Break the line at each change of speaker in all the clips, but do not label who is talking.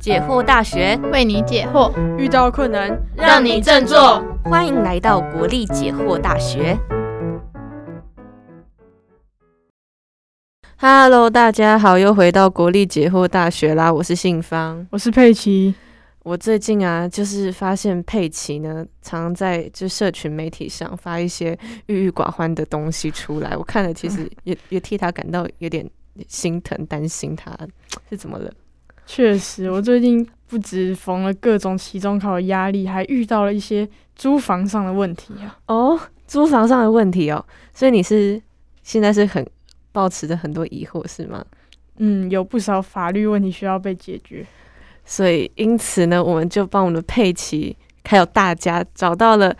解惑大学，
为你解惑，
遇到困难，
让你振作。
欢迎来到国立解惑大学。Hello，大家好，又回到国立解惑大学啦，我是信芳。
我是佩奇，
我最近啊，就是发现佩奇呢，常在就社群媒体上发一些郁郁寡欢的东西出来，我看了其 实也也替他感到有点心疼，担心他是怎么了。
确实，我最近不止逢了各种期中考的压力，还遇到了一些租房上的问题啊。
哦，租房上的问题哦，所以你是现在是很抱持着很多疑惑是吗？
嗯，有不少法律问题需要被解决。
所以因此呢，我们就帮我们的佩奇还有大家找到了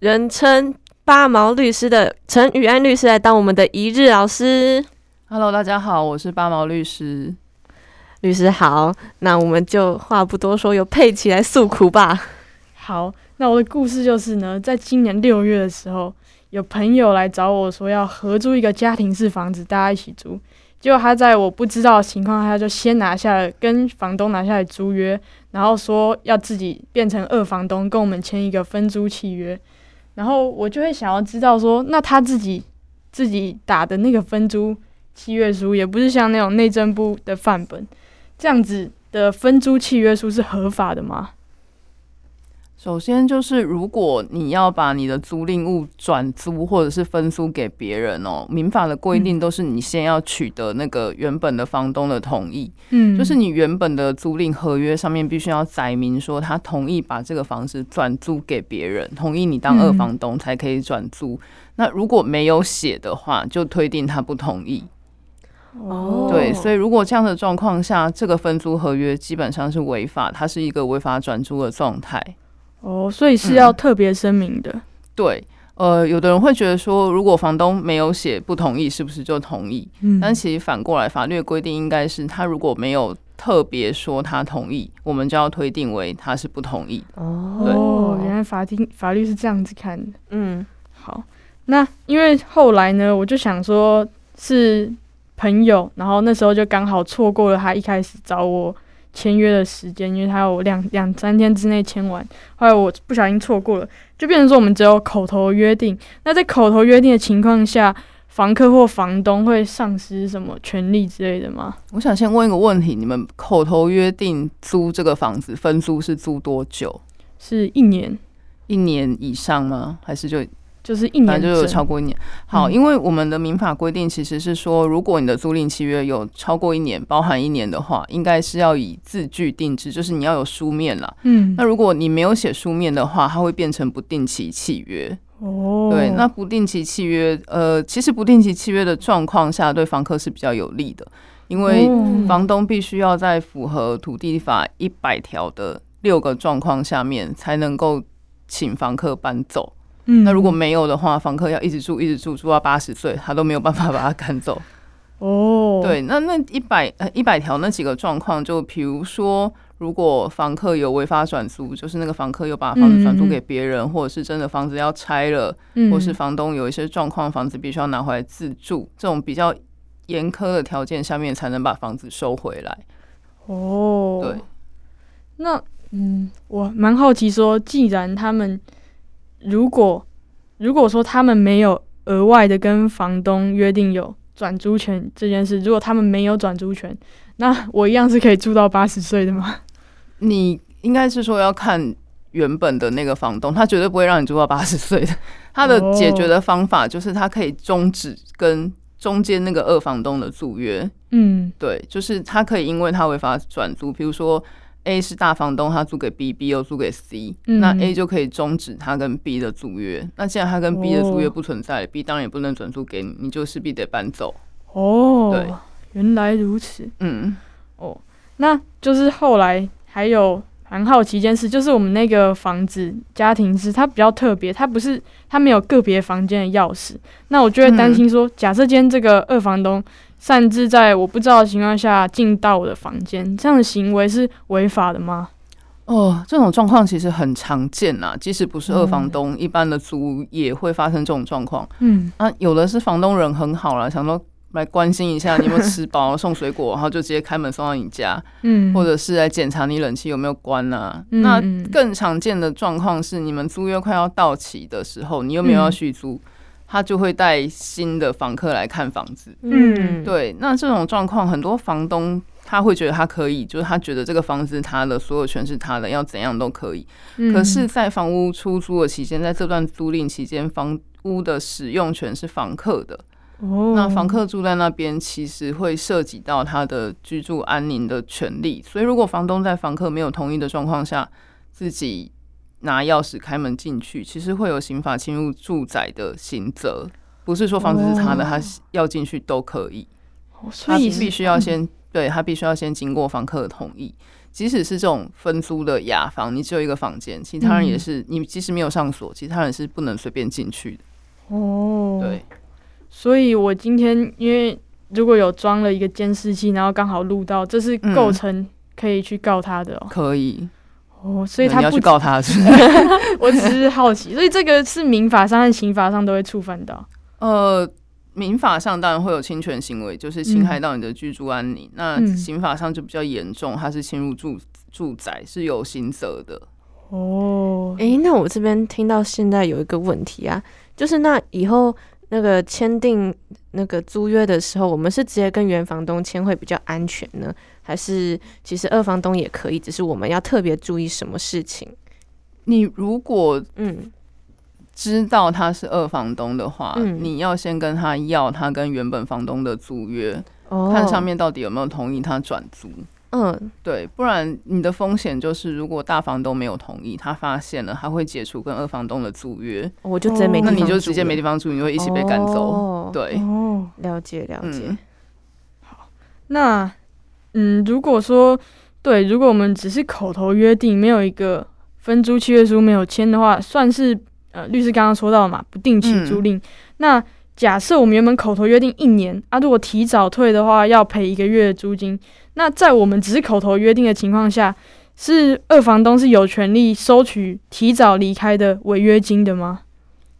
人称八毛律师的陈宇安律师来当我们的一日老师。
Hello，大家好，我是八毛律师。
律师好，那我们就话不多说，由佩奇来诉苦吧。
好，那我的故事就是呢，在今年六月的时候，有朋友来找我说要合租一个家庭式房子，大家一起租。结果他在我不知道的情况下，就先拿下了跟房东拿下来租约，然后说要自己变成二房东，跟我们签一个分租契约。然后我就会想要知道说，那他自己自己打的那个分租契约书，也不是像那种内政部的范本这样子的分租契约书是合法的吗？
首先就是，如果你要把你的租赁物转租或者是分租给别人哦，民法的规定都是你先要取得那个原本的房东的同意，
嗯
就是你原本的租赁合约上面必须要载明说他同意把这个房子转租给别人，同意你当二房东才可以转租。那如果没有写的话，就推定他不同意。
哦
对，所以如果这样的状况下，这个分租合约基本上是违法，它是一个违法转租的状态。
哦，所以是
嗯
要特别声明的。
对，呃，有的人会觉得说，如果房东没有写不同意，是不是就同意？
嗯
但其实反过来，法律的规定应该是他如果没有特别说他同意，我们就要推定为他是不同意。
哦，原来法庭法律是这样子看的。
嗯，
好，那因为后来呢，我就想说是朋友，然后那时候就刚好错过了他一开始找我签约的时间，因为他有两两三天之内签完，后来我不小心错过了，就变成说我们只有口头约定。那在口头约定的情况下，房客或房东会丧失什么权利之类的吗？
我想先问一个问题：你们口头约定租这个房子，分租是租多久？
是一年，
一年以上吗？还是就
就是一年
反正就有
整
超过一年。好，
嗯
因为我们的民法规定其实是说，如果你的租赁契约有超过一年，包含一年的话，应该是要以字据定制，就是你要有书面啦。
嗯
那如果你没有写书面的话，它会变成不定期契约。
哦，
对，那不定期契约，呃，其实不定期契约的状况下，对房客是比较有利的，因为
哦
房东必须要在符合土地法一百条的六个状况下面，才能够请房客搬走。
嗯
那如果没有的话，房客要一直住，一直住，住到八十岁，他都没有办法把 他赶走。
哦，
对，那那一百呃一百条那几个状况，就比如说，如果房客有违法转租，就是那个房客又把房子转租给别人，或者是真的房子要拆了，
嗯，
或是房东有一些状况，房子必须要拿回来自住，这种比较严苛的条件下面，才能把房子收回来。
哦，
对，
那嗯，我蛮好奇说，既然他们如果如果说他们没有额外的跟房东约定有转租权这件事，如果他们没有转租权，那我一样是可以住到八十岁的吗？
你应该是说要看原本的那个房东，他绝对不会让你住到八十岁的。 他的
哦
解决的方法就是他可以终止跟中间那个二房东的租约，
嗯，
对，就是他可以因为他违法转租，比如说 A 是大房东，他租给 B，B 又租给 C，、
嗯
那 A 就可以终止他跟 B 的租约。那既然他跟 B 的租约
哦
不存在了、b 当然也不能转租给你，你就势必得搬走。对
哦，原来如此。
嗯。
哦，那就是后来还有蛮好奇一件事，就是我们那个房子家庭是它比较特别，它不是它没有个别房间的钥匙。那我就会担心说，假设今天这个二房东擅自在我不知道的情况下进到我的房间，这样的行为是违法的吗？
哦，这种状况其实很常见呐、即使不是二房东，一般的租屋也会发生这种状况。
嗯，
啊，有的是房东人很好啦，想说来关 心一下你有没有吃饱，送水果，然后就直接开门送到你家，
嗯，
或者是来检查你冷气有没有关啊。
嗯
那
嗯
更常见的状况是，你们租约快要到期的时候，你又没有要
嗯
续租，他就会带新的房客来看房子。
嗯，
对，那这种状况，很多房东他会觉得他可以，就是他觉得这个房子是他的，所有权是他的，要怎样都可以。
嗯
可是，在房屋出租的期间，在这段租赁期间，房屋的使用权是房客的。
哦，
那房客住在那边，其实会涉及到他的居住安宁的权利。所以，如果房东在房客没有同意的状况下，自己拿钥匙开门进去，其实会有刑法侵入住宅的刑责。不是说房子是他的，
哦
他要进去都可以。
哦所
他
以
必须要先、对他必须要先经过房客的同意。即使是这种分租的雅房，你只有一个房间，其他人也
嗯
是、你即使没有上锁，其他人是不能随便进去的。
哦，
对，
所以我今天因为如果有装了一个监视器，然后刚好录到，这是
嗯
构成可以去告他的哦。
可以。
哦，所以
你
他
要
不
去，告他是 不是
我只是好奇，所以这个是民法上和刑法上都会触犯 到。
呃，民法上当然会有侵权行为，就是侵害到你的居住安宁。那
嗯
刑法上就比较严重，它是侵入住住宅是有刑责的。
哦，
诶，那我这边听到现在有一个问题啊，就是那以后那个签订那个租约的时候，我们是直接跟原房东签会比较安全呢，还是其实二房东也可以，只是我们要特别注意什么事情？
你如果
嗯，
知道他是二房东的话，
嗯
你要先跟他要他跟原本房东的租约，
哦
看上，面到底有没有同意他转租。
嗯，
对，不然你的风险就是，如果大房东没有同意，他发现了，他会解除跟二房东的租约，
我就直接没地
哦那
方住了，
你就直接没地方住，你会一起被赶走。
哦、
对，
哦，
了解了解。
嗯，
那嗯，如果说对，如果我们只是口头约定，没有一个分租契约书没有签的话，算是呃，律师刚刚说到了嘛，不定期
嗯
租赁。那假设我们原本口头约定一年啊，如果提早退的话，要赔一个月的租金。那在我们只是口头约定的情况下，是二房东是有权利收取提早离开的违约金的吗？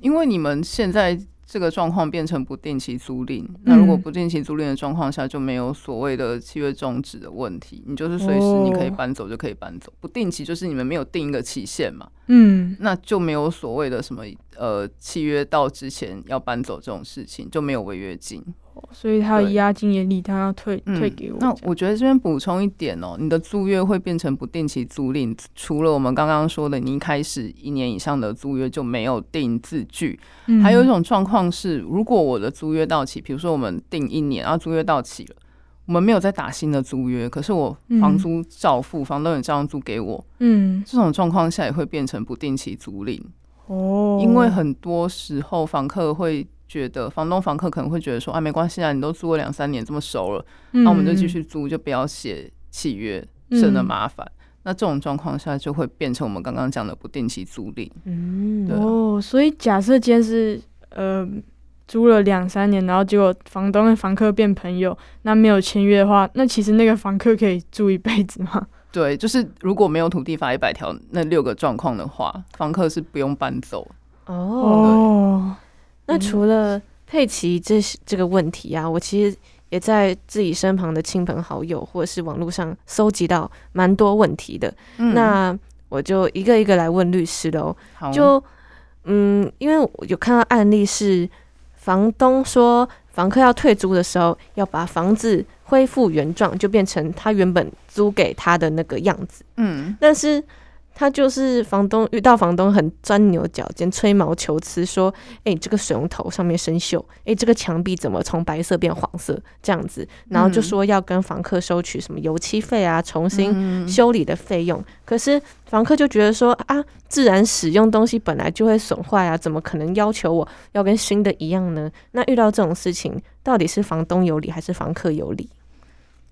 因为你们现在这个状况变成不定期租赁，那如果
嗯
不定期租赁的状况下，就没有所谓的契约终止的问题，你就是随时你可以
哦
搬走就可以搬走。不定期就是你们没有定一个期限嘛，
嗯，
那就没有所谓的什么呃契约到之前要搬走这种事情，就没有违约金。
哦所以他的
对嗯
押金也理他要退、退给我这
那
样。
我觉得这边补充一点哦，你的租约会变成不定期租赁，除了我们刚刚说的，你一开始一年以上的租约就没有定字据，
嗯
还有一种状况是，如果我的租约到期，比如说我们定一年，然后租约到期了，我们没有再打新的租约，可是我房
嗯
租照付，房东也照样租给我，
嗯
这种状况下也会变成不定期租赁。
哦，
因为很多时候房客会觉得，房东、房客可能会觉得说啊，没关系啊，你都租了两三年这么熟了，
嗯
那、我们就继续租，就不要写契约，省得
嗯
麻烦。那这种状况下就会变成我们刚刚讲的不定期租赁，
嗯
对啊
哦，所以假设今天是呃租了两三年，然后结果房东跟房客变朋友，那没有签约的话，那其实那个房客可以住一辈子吗？
对，就是如果没有土地法一百条那六个状况的话，房客是不用搬走。
哦，
哦，
嗯
那除了佩奇这是这个问题啊，我其实也在自己身旁的亲朋好友或者是网络上搜集到蛮多问题的。
嗯
那我就一个一个来问律师喽。
好啊
就嗯，因为我有看到案例是房东说房客要退租的时候，要把房子恢复原状，就变成他原本租给他的那个样子。
嗯，
但是他就是房东遇到房东很钻牛角尖、吹毛求疵，说：“哎、这个水龙头上面生锈，哎、这个墙壁怎么从白色变黄色？”这样子，然后就
嗯
说要跟房客收取什么油漆费啊，重新
嗯
修理的费用。可是房客就觉得说啊，自然使用东西本来就会损坏啊，怎么可能要求我要跟新的一样呢？那遇到这种事情，到底是房东有理还是房客有理？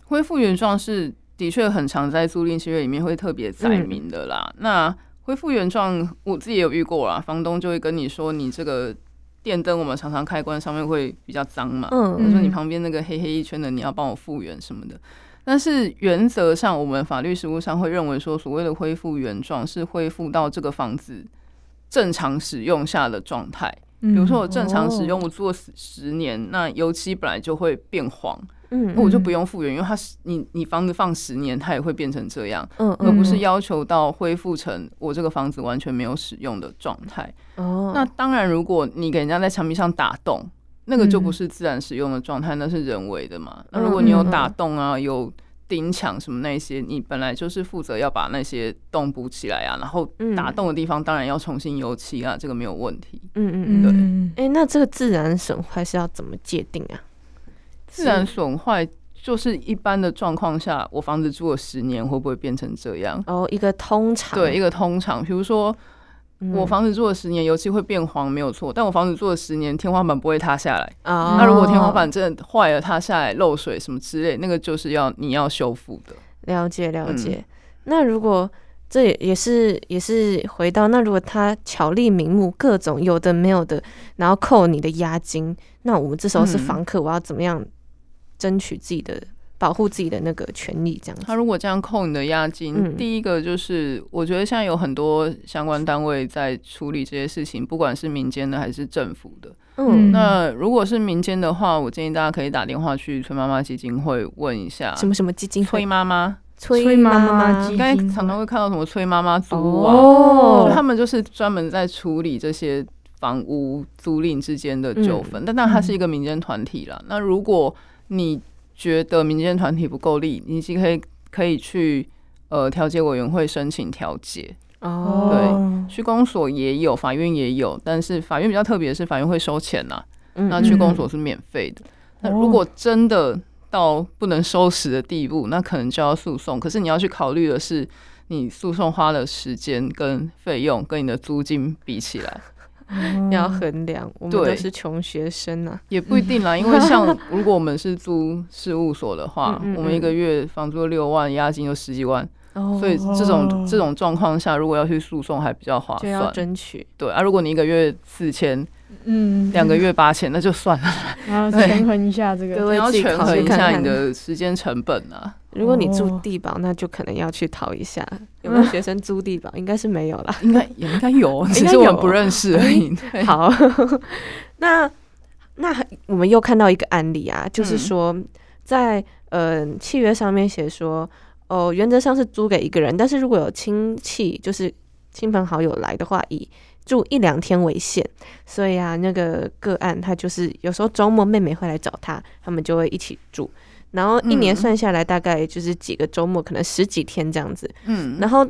恢复原状是的确很常在租赁契约里面会特别载
嗯
明的啦。那恢复原状，我自己也有遇过啦，房东就会跟你说，你这个电灯我们常常开关上面会比较脏嘛，
嗯
他
嗯
说你旁边那个黑黑一圈的，你要帮我复原什么的。但是原则上，我们法律实务上会认为说，所谓的恢复原状是恢复到这个房子正常使用下的状态。
比
比如说我正常使用，
哦
我做十十年，那油漆本来就会变黄，
嗯
那我就不用复原，因为它是你你房子放十年，它也会变成这样，
嗯
而
嗯
不是要求到恢复成我这个房子完全没有使用的状态。
哦，
那当然，如果你给人家在墙壁上打洞，那个就
嗯
不是自然使用的状态，那是人为的嘛。那如果你有
嗯
打洞啊，有钉墙什么那些，你本来就是负责要把那些洞补起来啊，然后打洞的地方当然要重新油漆啊，这个没有问题。
嗯嗯嗯，
对
嗯，
哎、那这个自然损坏是要怎么界定啊？
自然损坏就是一般的状况下，我房子住了十年会不会变成这样？
哦，一个通常
对，一个通常，比如说
嗯
我房子住了十年，油漆会变黄，没有错，但我房子住了十年，天花板不会塌下来。
啊，
那、如果天花板真的坏了，塌下来漏水什么之类，那个就是要你要修复的。
了解了
嗯
解，那如果这也也是也是回到那如果他巧立名目各种有的没有的，然后扣你的押金，那我们这时候是
嗯
房客，我要怎么样争取自己的保护自己的那个权利？这样
他
子，
如果这样扣你的押金，
嗯
第一个就是我觉得现在有很多相关单位在处理这些事情，不管是民间的还是政府的。
嗯，
那如果是民间的话，我建议大家可以打电话去崔妈妈基金会问一下
什。么什么基金
崔
会，
妈妈，
崔
崔妈
妈
妈
应
基
该
金会
常常会看到什么崔妈妈租屋啊，
哦
他们就是专门在处理这些房屋租赁之间的纠纷，但但它是一个民间团体啦。那如果你觉得民间团体不够力，你是可以可以去呃调解委员会申请调解，
哦，
哦，
区公所也有，法院也有，但是法院比较特别的是法院会收钱啦，
嗯
那
嗯
区公所是免费的。那如果真的到不能收拾的地步，那可能就要诉讼。可是你要去考虑的是，你诉讼花的时间跟费用跟你的租金比起来，哦
嗯
要衡量，我们
对
都是穷学生啊，
也不一定啦。因为像如果我们是租事务所的话，
嗯嗯嗯
我们一个月房租六万，押金就十几万，
哦
所以这种这种状况下，如果要去诉讼还比较划
就要
算。
争取，
对啊，如果你一个月四千，
嗯，
两个月八千，那就算了。
然 后
对
权衡一下这
各
个，
位
你要
自己
权
考
衡
虑
一
看
下
看
你的时间成本啊。
如果你租
哦
地堡，那就可能要去讨一下，有没有学生租地堡？应该是没有啦。
应该也应该有， 哎只
该
是我
有
们不认识而已。对
好， 那那我们又看到一个案例啊，就是
嗯
说在呃契约上面写说，哦，原则上是租给一个人，但是如果有亲戚，就是亲朋好友来的话，以住一两天为限。所以啊，那个个案他就是有时候周末妹妹会来找他，他们就会一起住。然后一年
嗯
算下来，大概就是几个周末，可能十几天这样子。
嗯，
然后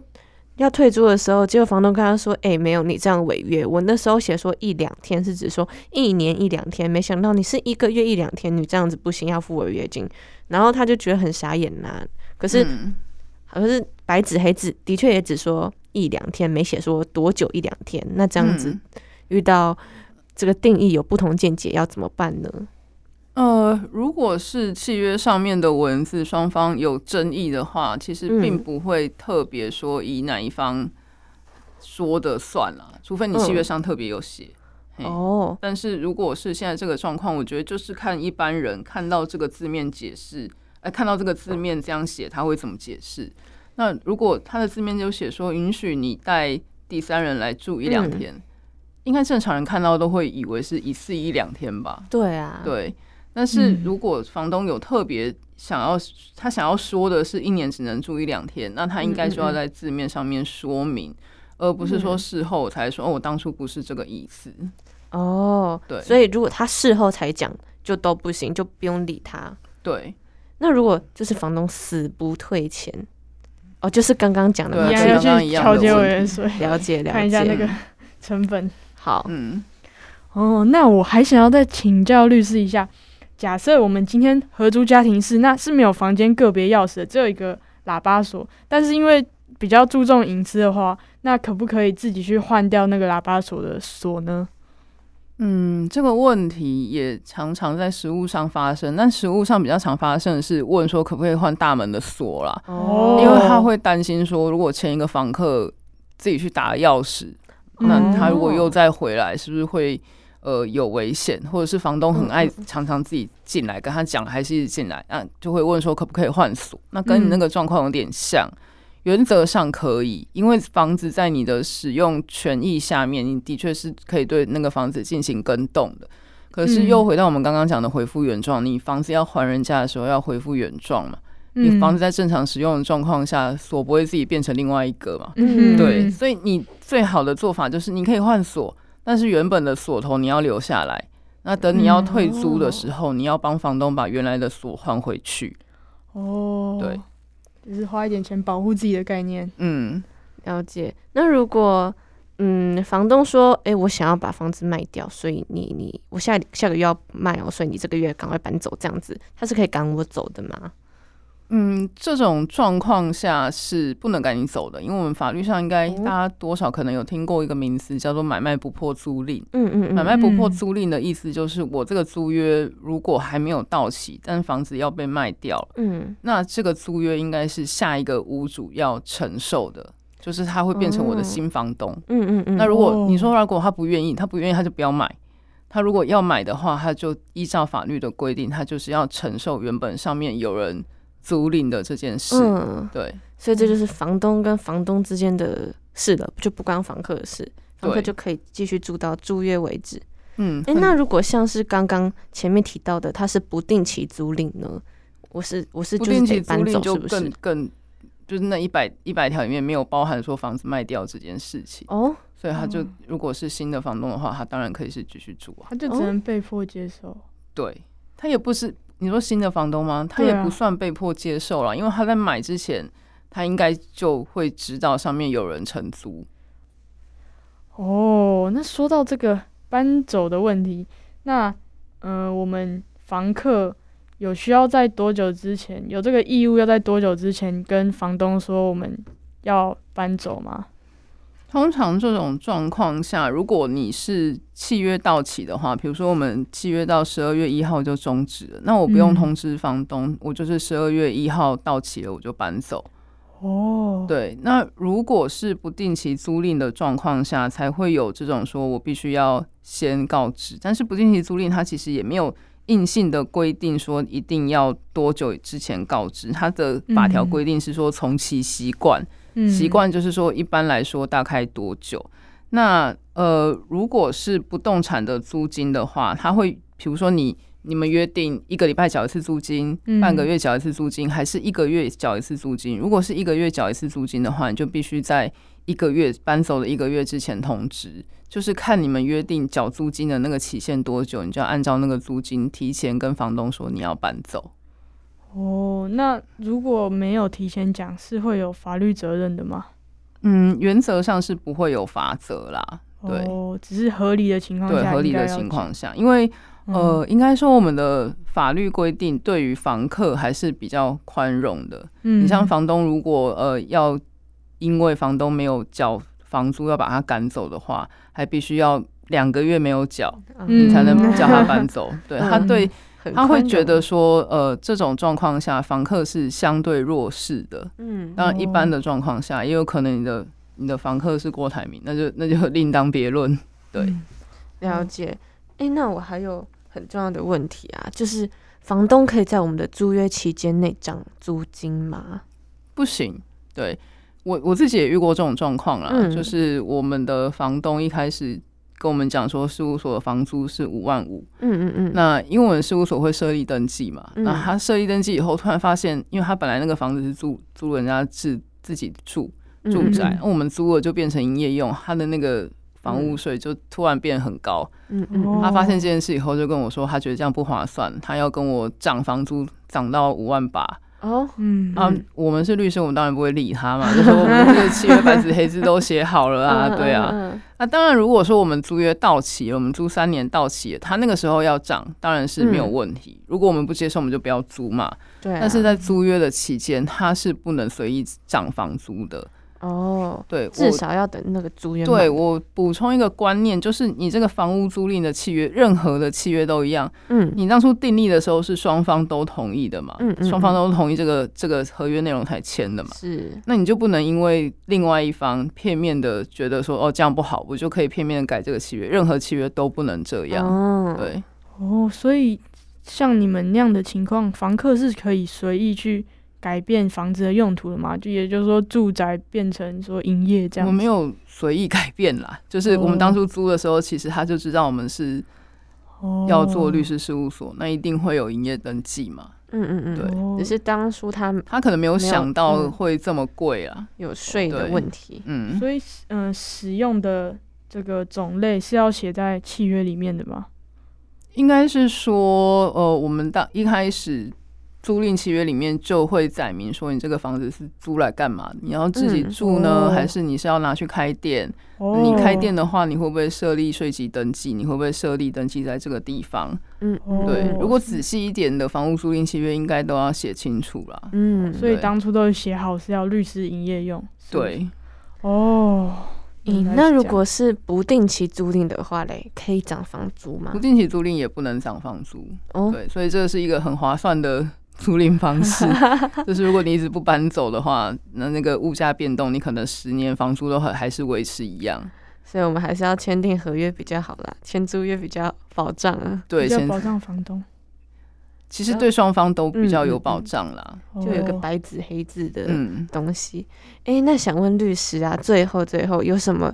要退租的时候，结果房东跟他说：“哎、没有，你这样违约。”我那时候写说一两天是指说一年一两天，没想到你是一个月一两天，你这样子不行，要付违约金。然后他就觉得很傻眼呐、可是
嗯
好像是白纸黑字，的确也只说一两天，没写说多久一两天。那这样子
嗯
遇到这个定义有不同见解，要怎么办呢？
呃，如果是契约上面的文字双方有争议的话，其实并
嗯
不会特别说以哪一方说的算啦，除非你契约
嗯
上特别有写。嘿
哦，
但是如果是现在这个状况，我觉得就是看一般人看到这个字面解释，呃，看到这个字面这样写，他会怎么解释？那如果他的字面就写说允许你带第三人来住一两
嗯
天，应该正常人看到都会以为是一次一两天吧？
对啊，，
对。但是
嗯
如果房东有特别想要，他想要说的是一年只能住一两天，那他应该就要
嗯嗯嗯嗯
在字面上面说明，而不是说事后才说、哦，我当初不是这个意思。
哦，
对
所以如果他事后才讲，就都不行，就不用理他。
对，
那如果就是房东死不退钱，哦，就是刚刚讲的
对
嘛
一
就
样要
这个刚刚
去
一样
调
的
解
问
委
题
员会
是了解了解，
啊看一下那个成本。
好，
嗯，
哦，那我还想要再请教律师一下，假设我们今天合租家庭式，那是没有房间个别钥匙的，只有一个喇叭锁，但是因为比较注重隐私的话，那可不可以自己去换掉那个喇叭锁的锁呢？
嗯，这个问题也常常在实物上发生，但实物上比较常发生的是问说可不可以换大门的锁啦，
哦，
因为他会担心说，如果前一个房客自己去打钥匙，
嗯
那他如果又再回来，是不是会呃有危险？或者是房东很爱
嗯嗯
常常自己进来，啊跟他讲还是一直进来，那就会问说可不可以换锁？那跟你那个状况有点像。原则上可以，因为房子在你的使用权益下面，你的确是可以对那个房子进行更动的。可是又
嗯
回到我们刚刚讲的恢复原状，你房子要还人家的时候要恢复原状嘛？你
嗯
房子在正常使用的状况下，锁不会自己变成另外一个嘛？
嗯
对，所以你最好的做法就是你可以换锁，但是原本的锁头你要留下来。那等你要退租的时候，你要帮房东把原来的锁换回去。
哦，
对，
只是花一点钱保护自己的概念。
嗯，
了解。那如果嗯，房东说，哎、我想要把房子卖掉，所以你你我下下个月要卖哦，所以你这个月赶快搬走，这样子，他是可以赶我走的吗？
嗯，这种状况下是不能赶你走的，因为我们法律上应该
哦
大家多少可能有听过一个名词叫做买卖不破租赁。
嗯嗯
买
嗯，
卖不破
嗯
租赁的意思就是，我这个租约如果还没有到期，但房子要被卖掉了，
嗯，
那这个租约应该是下一个屋主要承受的，就是他会变成我的
哦
新房东。
嗯嗯嗯，
那如果
哦
你说如果他不愿意，他不愿意他就不要买，他如果要买的话，他就依照法律的规定，他就是要承受原本上面有人租赁的这件事。
嗯，
对
所以这就是房东跟房东之间的事了，就不关房客的事，房客
对
就可以继续住到租约为止。
嗯，
哎、
很
那如果像是刚刚前面提到的，它是不定期租赁呢？我是我是
不
就是
定
得
期租
搬
赁
走，
就是
不
更
是？
更就是那一百一百条里面没有包含说房子卖掉这件事情，
哦，
所以他就如果是新的房东的话，他当然可以是继续住啊。
他就只能被迫接受。
对他也不是你说新的房东吗？他也
对啊
不算被迫接受了，因为他在买之前，他应该就会知道上面有人承租。
哦，那说到这个搬走的问题，那呃，我们房客有需要在多久之前有这个义务要在多久之前跟房东说我们要搬走吗？
通常这种状况下，如果你是契约到期的话，比如说我们契约到十二月一号就终止了，那我不用
嗯
通知房东，我就是十二月一号到期了我就搬走。
哦，，
对，那如果是不定期租赁的状况下，才会有这种说我必须要先告知。但是不定期租赁，它其实也没有硬性的规定说一定要多久之前告知。它的法条
嗯
规定是说从其习惯，
嗯
习惯就是说一般来说大概多久。那呃，如果是不动产的租金的话，它会比如说你你们约定一个礼拜缴一次租金，
嗯
半个月缴一次租金，还是一个月缴一次租金？如果是一个月缴一次租金的话，你就必须在一个月搬走的一个月之前通知，就是看你们约定缴租金的那个期限多久，你就要按照那个租金提前跟房东说你要搬走。
哦，那如果没有提前讲，是会有法律责任的吗？
嗯，原则上是不会有罚则啦，对。
哦，只是合理的情况
对
下，
合理的情，况下，因为
嗯
呃，，应该说我们的法律规定对于房客还是比较宽容的。
嗯，
你像房东如果呃要因为房东没有缴房租要把他赶走的话，还必须要两个月没有缴，你
嗯
才能
嗯
叫他搬走。对他
嗯
对
很欸
他会
宽
觉
容
得，说，呃，这种状况下房客是相对弱势的。
嗯，
当然，一般
哦
的状况下，也有可能你的你的房客是郭台铭，那就那就另当别论。对
嗯
了解。哎、那我还有很重要的问题啊，就是房东可以在我们的租约期间内涨租金吗？
不行。对我我自己也遇过这种状况啦，
嗯
就是我们的房东一开始跟我们讲说，事务所的房租是五万五。
嗯嗯嗯，
那因为我们事务所会设立登记嘛，
嗯
那他设立登记以后，突然发现，因为他本来那个房子是租租人家自自己住
嗯
住宅，
嗯
那我们租了就变成营业用，他的那个房屋税就突然变很高。
嗯嗯
哦
嗯
他发现这件事以后，就跟我说，他觉得这样不划算，他要跟我涨房租涨到五万八。
哦，
嗯
啊
嗯，
我们是律师，我们当然不会理他嘛，就 说我们这个契约白纸黑字都写好了啊，
嗯
对啊。，那当然，如果说我们租约到期了，我们租三年到期了，他那个时候要涨，当然是没有问题。如果我们不接受，我们就不要租嘛。
嗯对啊，
但是在租约的期间，他是不能随意涨房租的。
哦，
对，
至
我
少要等那个租约满
对，我补充一个观念，就是你这个房屋租赁的契约，任何的契约都一样，
嗯
你当初订立的时候是双方都同意的嘛，
嗯嗯
双方都同意这个这个合约内容才签的嘛。
是
那你就不能因为另外一方片面的觉得说哦这样不好，我就可以片面的改这个契约，任何契约都不能这样。
哦，
对，
哦，所以像你们那样的情况，房客是可以随意去改变房子的用途了嘛？就也就是说，住宅变成说营业这
我
样子。
们没有随意改变啦， 就是我们
哦
当初租的时候，其实他就知道我们是
哦
要做律师事务所，那一定会有营业登记嘛。
嗯嗯嗯，
哦
只是当初他们
他可能没有
没有
想到
嗯
会这么贵啊。
有税的
对
问题，
嗯，
所以，嗯、使用的这个种类是要写在契约里面的吧？
应该是说，呃，我们当一开始租赁契约里面就会载明说，你这个房子是租来干嘛的？你要自己
嗯
住呢，
哦
还是你是要拿去开店？
哦，
你开店的话，你会不会设立税籍登记？你会不会设立登记在这个地方？
嗯，嗯
对，
哦
如果仔细一点的房屋租赁契约，应该都要写清楚啦。
嗯，
所以
对
当初都是写好是要律师营业用。是不
嗯
是。
对，
哦，
咦
原来是
嗯那如
这样
果是不定期租赁的话嘞，可以涨房租吗
不？定期租赁也不能涨房租，
哦，
对，所以这是一个很划算的租赁方 式。就是如果你一直不搬走的话，那那个物价变动，你可能十年房租都还还是维持一样。
所以我们还是要签订合约比较好啦，签租约比较保障啊，
对，
比较
现
保障房东，
其实对双方都比较有
嗯嗯
保障啦。
就有一个
哦
白纸黑字的
嗯，
东西。哎、那想问律师啊，最后最后有什么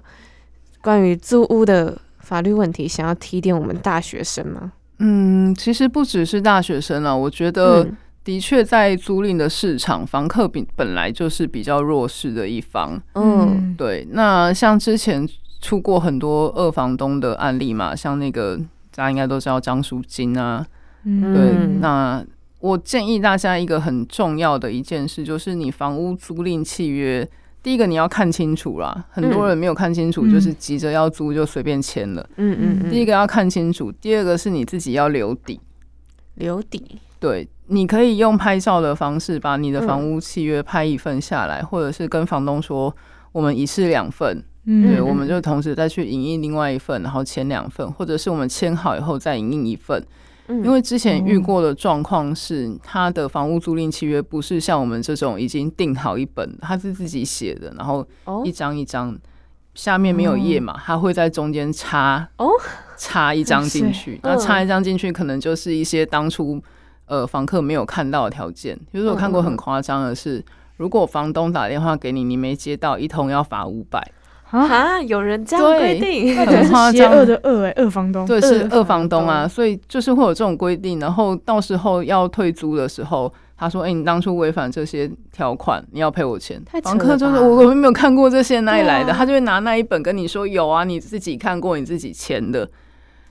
关于租屋的法律问题想要提点我们大学生吗？
嗯，其实不只是大学生啦，我觉得
嗯
的确在租赁的市场，房客比本来就是比较弱势的一方。
嗯
对，那像之前出过很多二房东的案例嘛，像那个大家应该都知道张淑金啊。
嗯
对，
嗯
那我建议大家一个很重要的一件事，就是你房屋租赁契约。第一个你要看清楚啦，很多
嗯
人没有看清楚，
嗯
就是急着要租就随便签了。
嗯嗯嗯，
第一个要看清楚，第二个是你自己要留底。
留底，
对，你可以用拍照的方式把你的
嗯
房屋契约拍一份下来，或者是跟房东说我们一式两份，
嗯
对，我们就同时再去影印另外一份，然后签两份，或者是我们签好以后再影印一份。
嗯，
因为之前遇过的状况是，他的房屋租赁契约不是像我们这种已经定好一本，他是自己写的，然后
哦
一张一张，下面没有页嘛，
嗯
他会在中间插
哦
插一张进去，
哇
那
塞
插一张进去可能就是一些当初呃房客没有看到的条件，比如说我看过很夸张的
嗯
是，如果房东打电话给你，你没接到，一通要罚五百，
啊，
啊，有人这样规定，
那可
很夸
是邪
张
恶的恶哎，恶房东。
对，是二房东
房
啊，所以就是会有这种规定，然后到时候要退租的时候，他说：“哎、你当初违反这些条款，你要赔我钱。
太”扯
房客
了
就是
吧
我我没有看过这些哪里来的，
对啊
他就会拿那一本跟你说：“有啊，你自己看过，你自己签的。”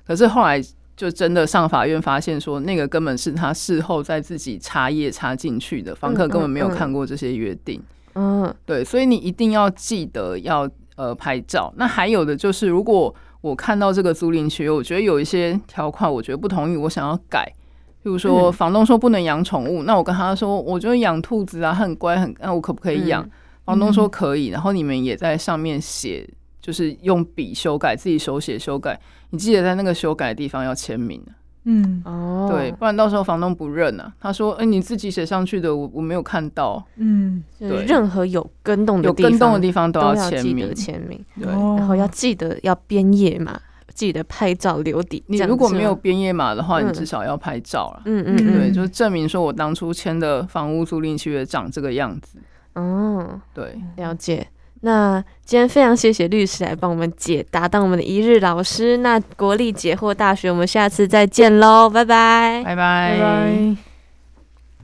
可是后来就真的上法院发现说，那个根本是他事后再自己插页插进去的，房客
嗯
根
嗯
本没有
嗯
看过这些约定。
嗯
对，所以你一定要记得要呃拍照。那还有的就是，如果我看到这个租赁区，我觉得有一些条款，我觉得不同意，我想要改。比如说，
嗯
房东说不能养宠物，那我跟他说，我就养兔子啊，它很乖，很，那我可不可以养？
嗯
房东说
嗯
可以，然后你们也在上面写，就是用笔修改，自己手写修改。你记得在那个修改的地方要签名，啊
嗯
哦，
对，，不然到时候房东不认啊。他说，哎、你自己写上去的，我我没有看到，
嗯，
就是
对
任何有跟动的
有
地方
跟动的地方都
都
要
要
签
记
名
得。签名，
对，
哦
然后要记得要编页嘛，记得拍照留底。
你
这样
如果
是
没有
吗，
编页码的话，
嗯
你至少要拍照啦。
嗯嗯嗯，
对，就是证明说我当初签的房屋租赁契约长这个样子。
哦，
对，
了解。那今天非常谢谢律师来帮我们解答，当我们的一日老哎师。那国立解惑大学，我们下次再见喽，拜拜。
拜
拜
拜。
拜。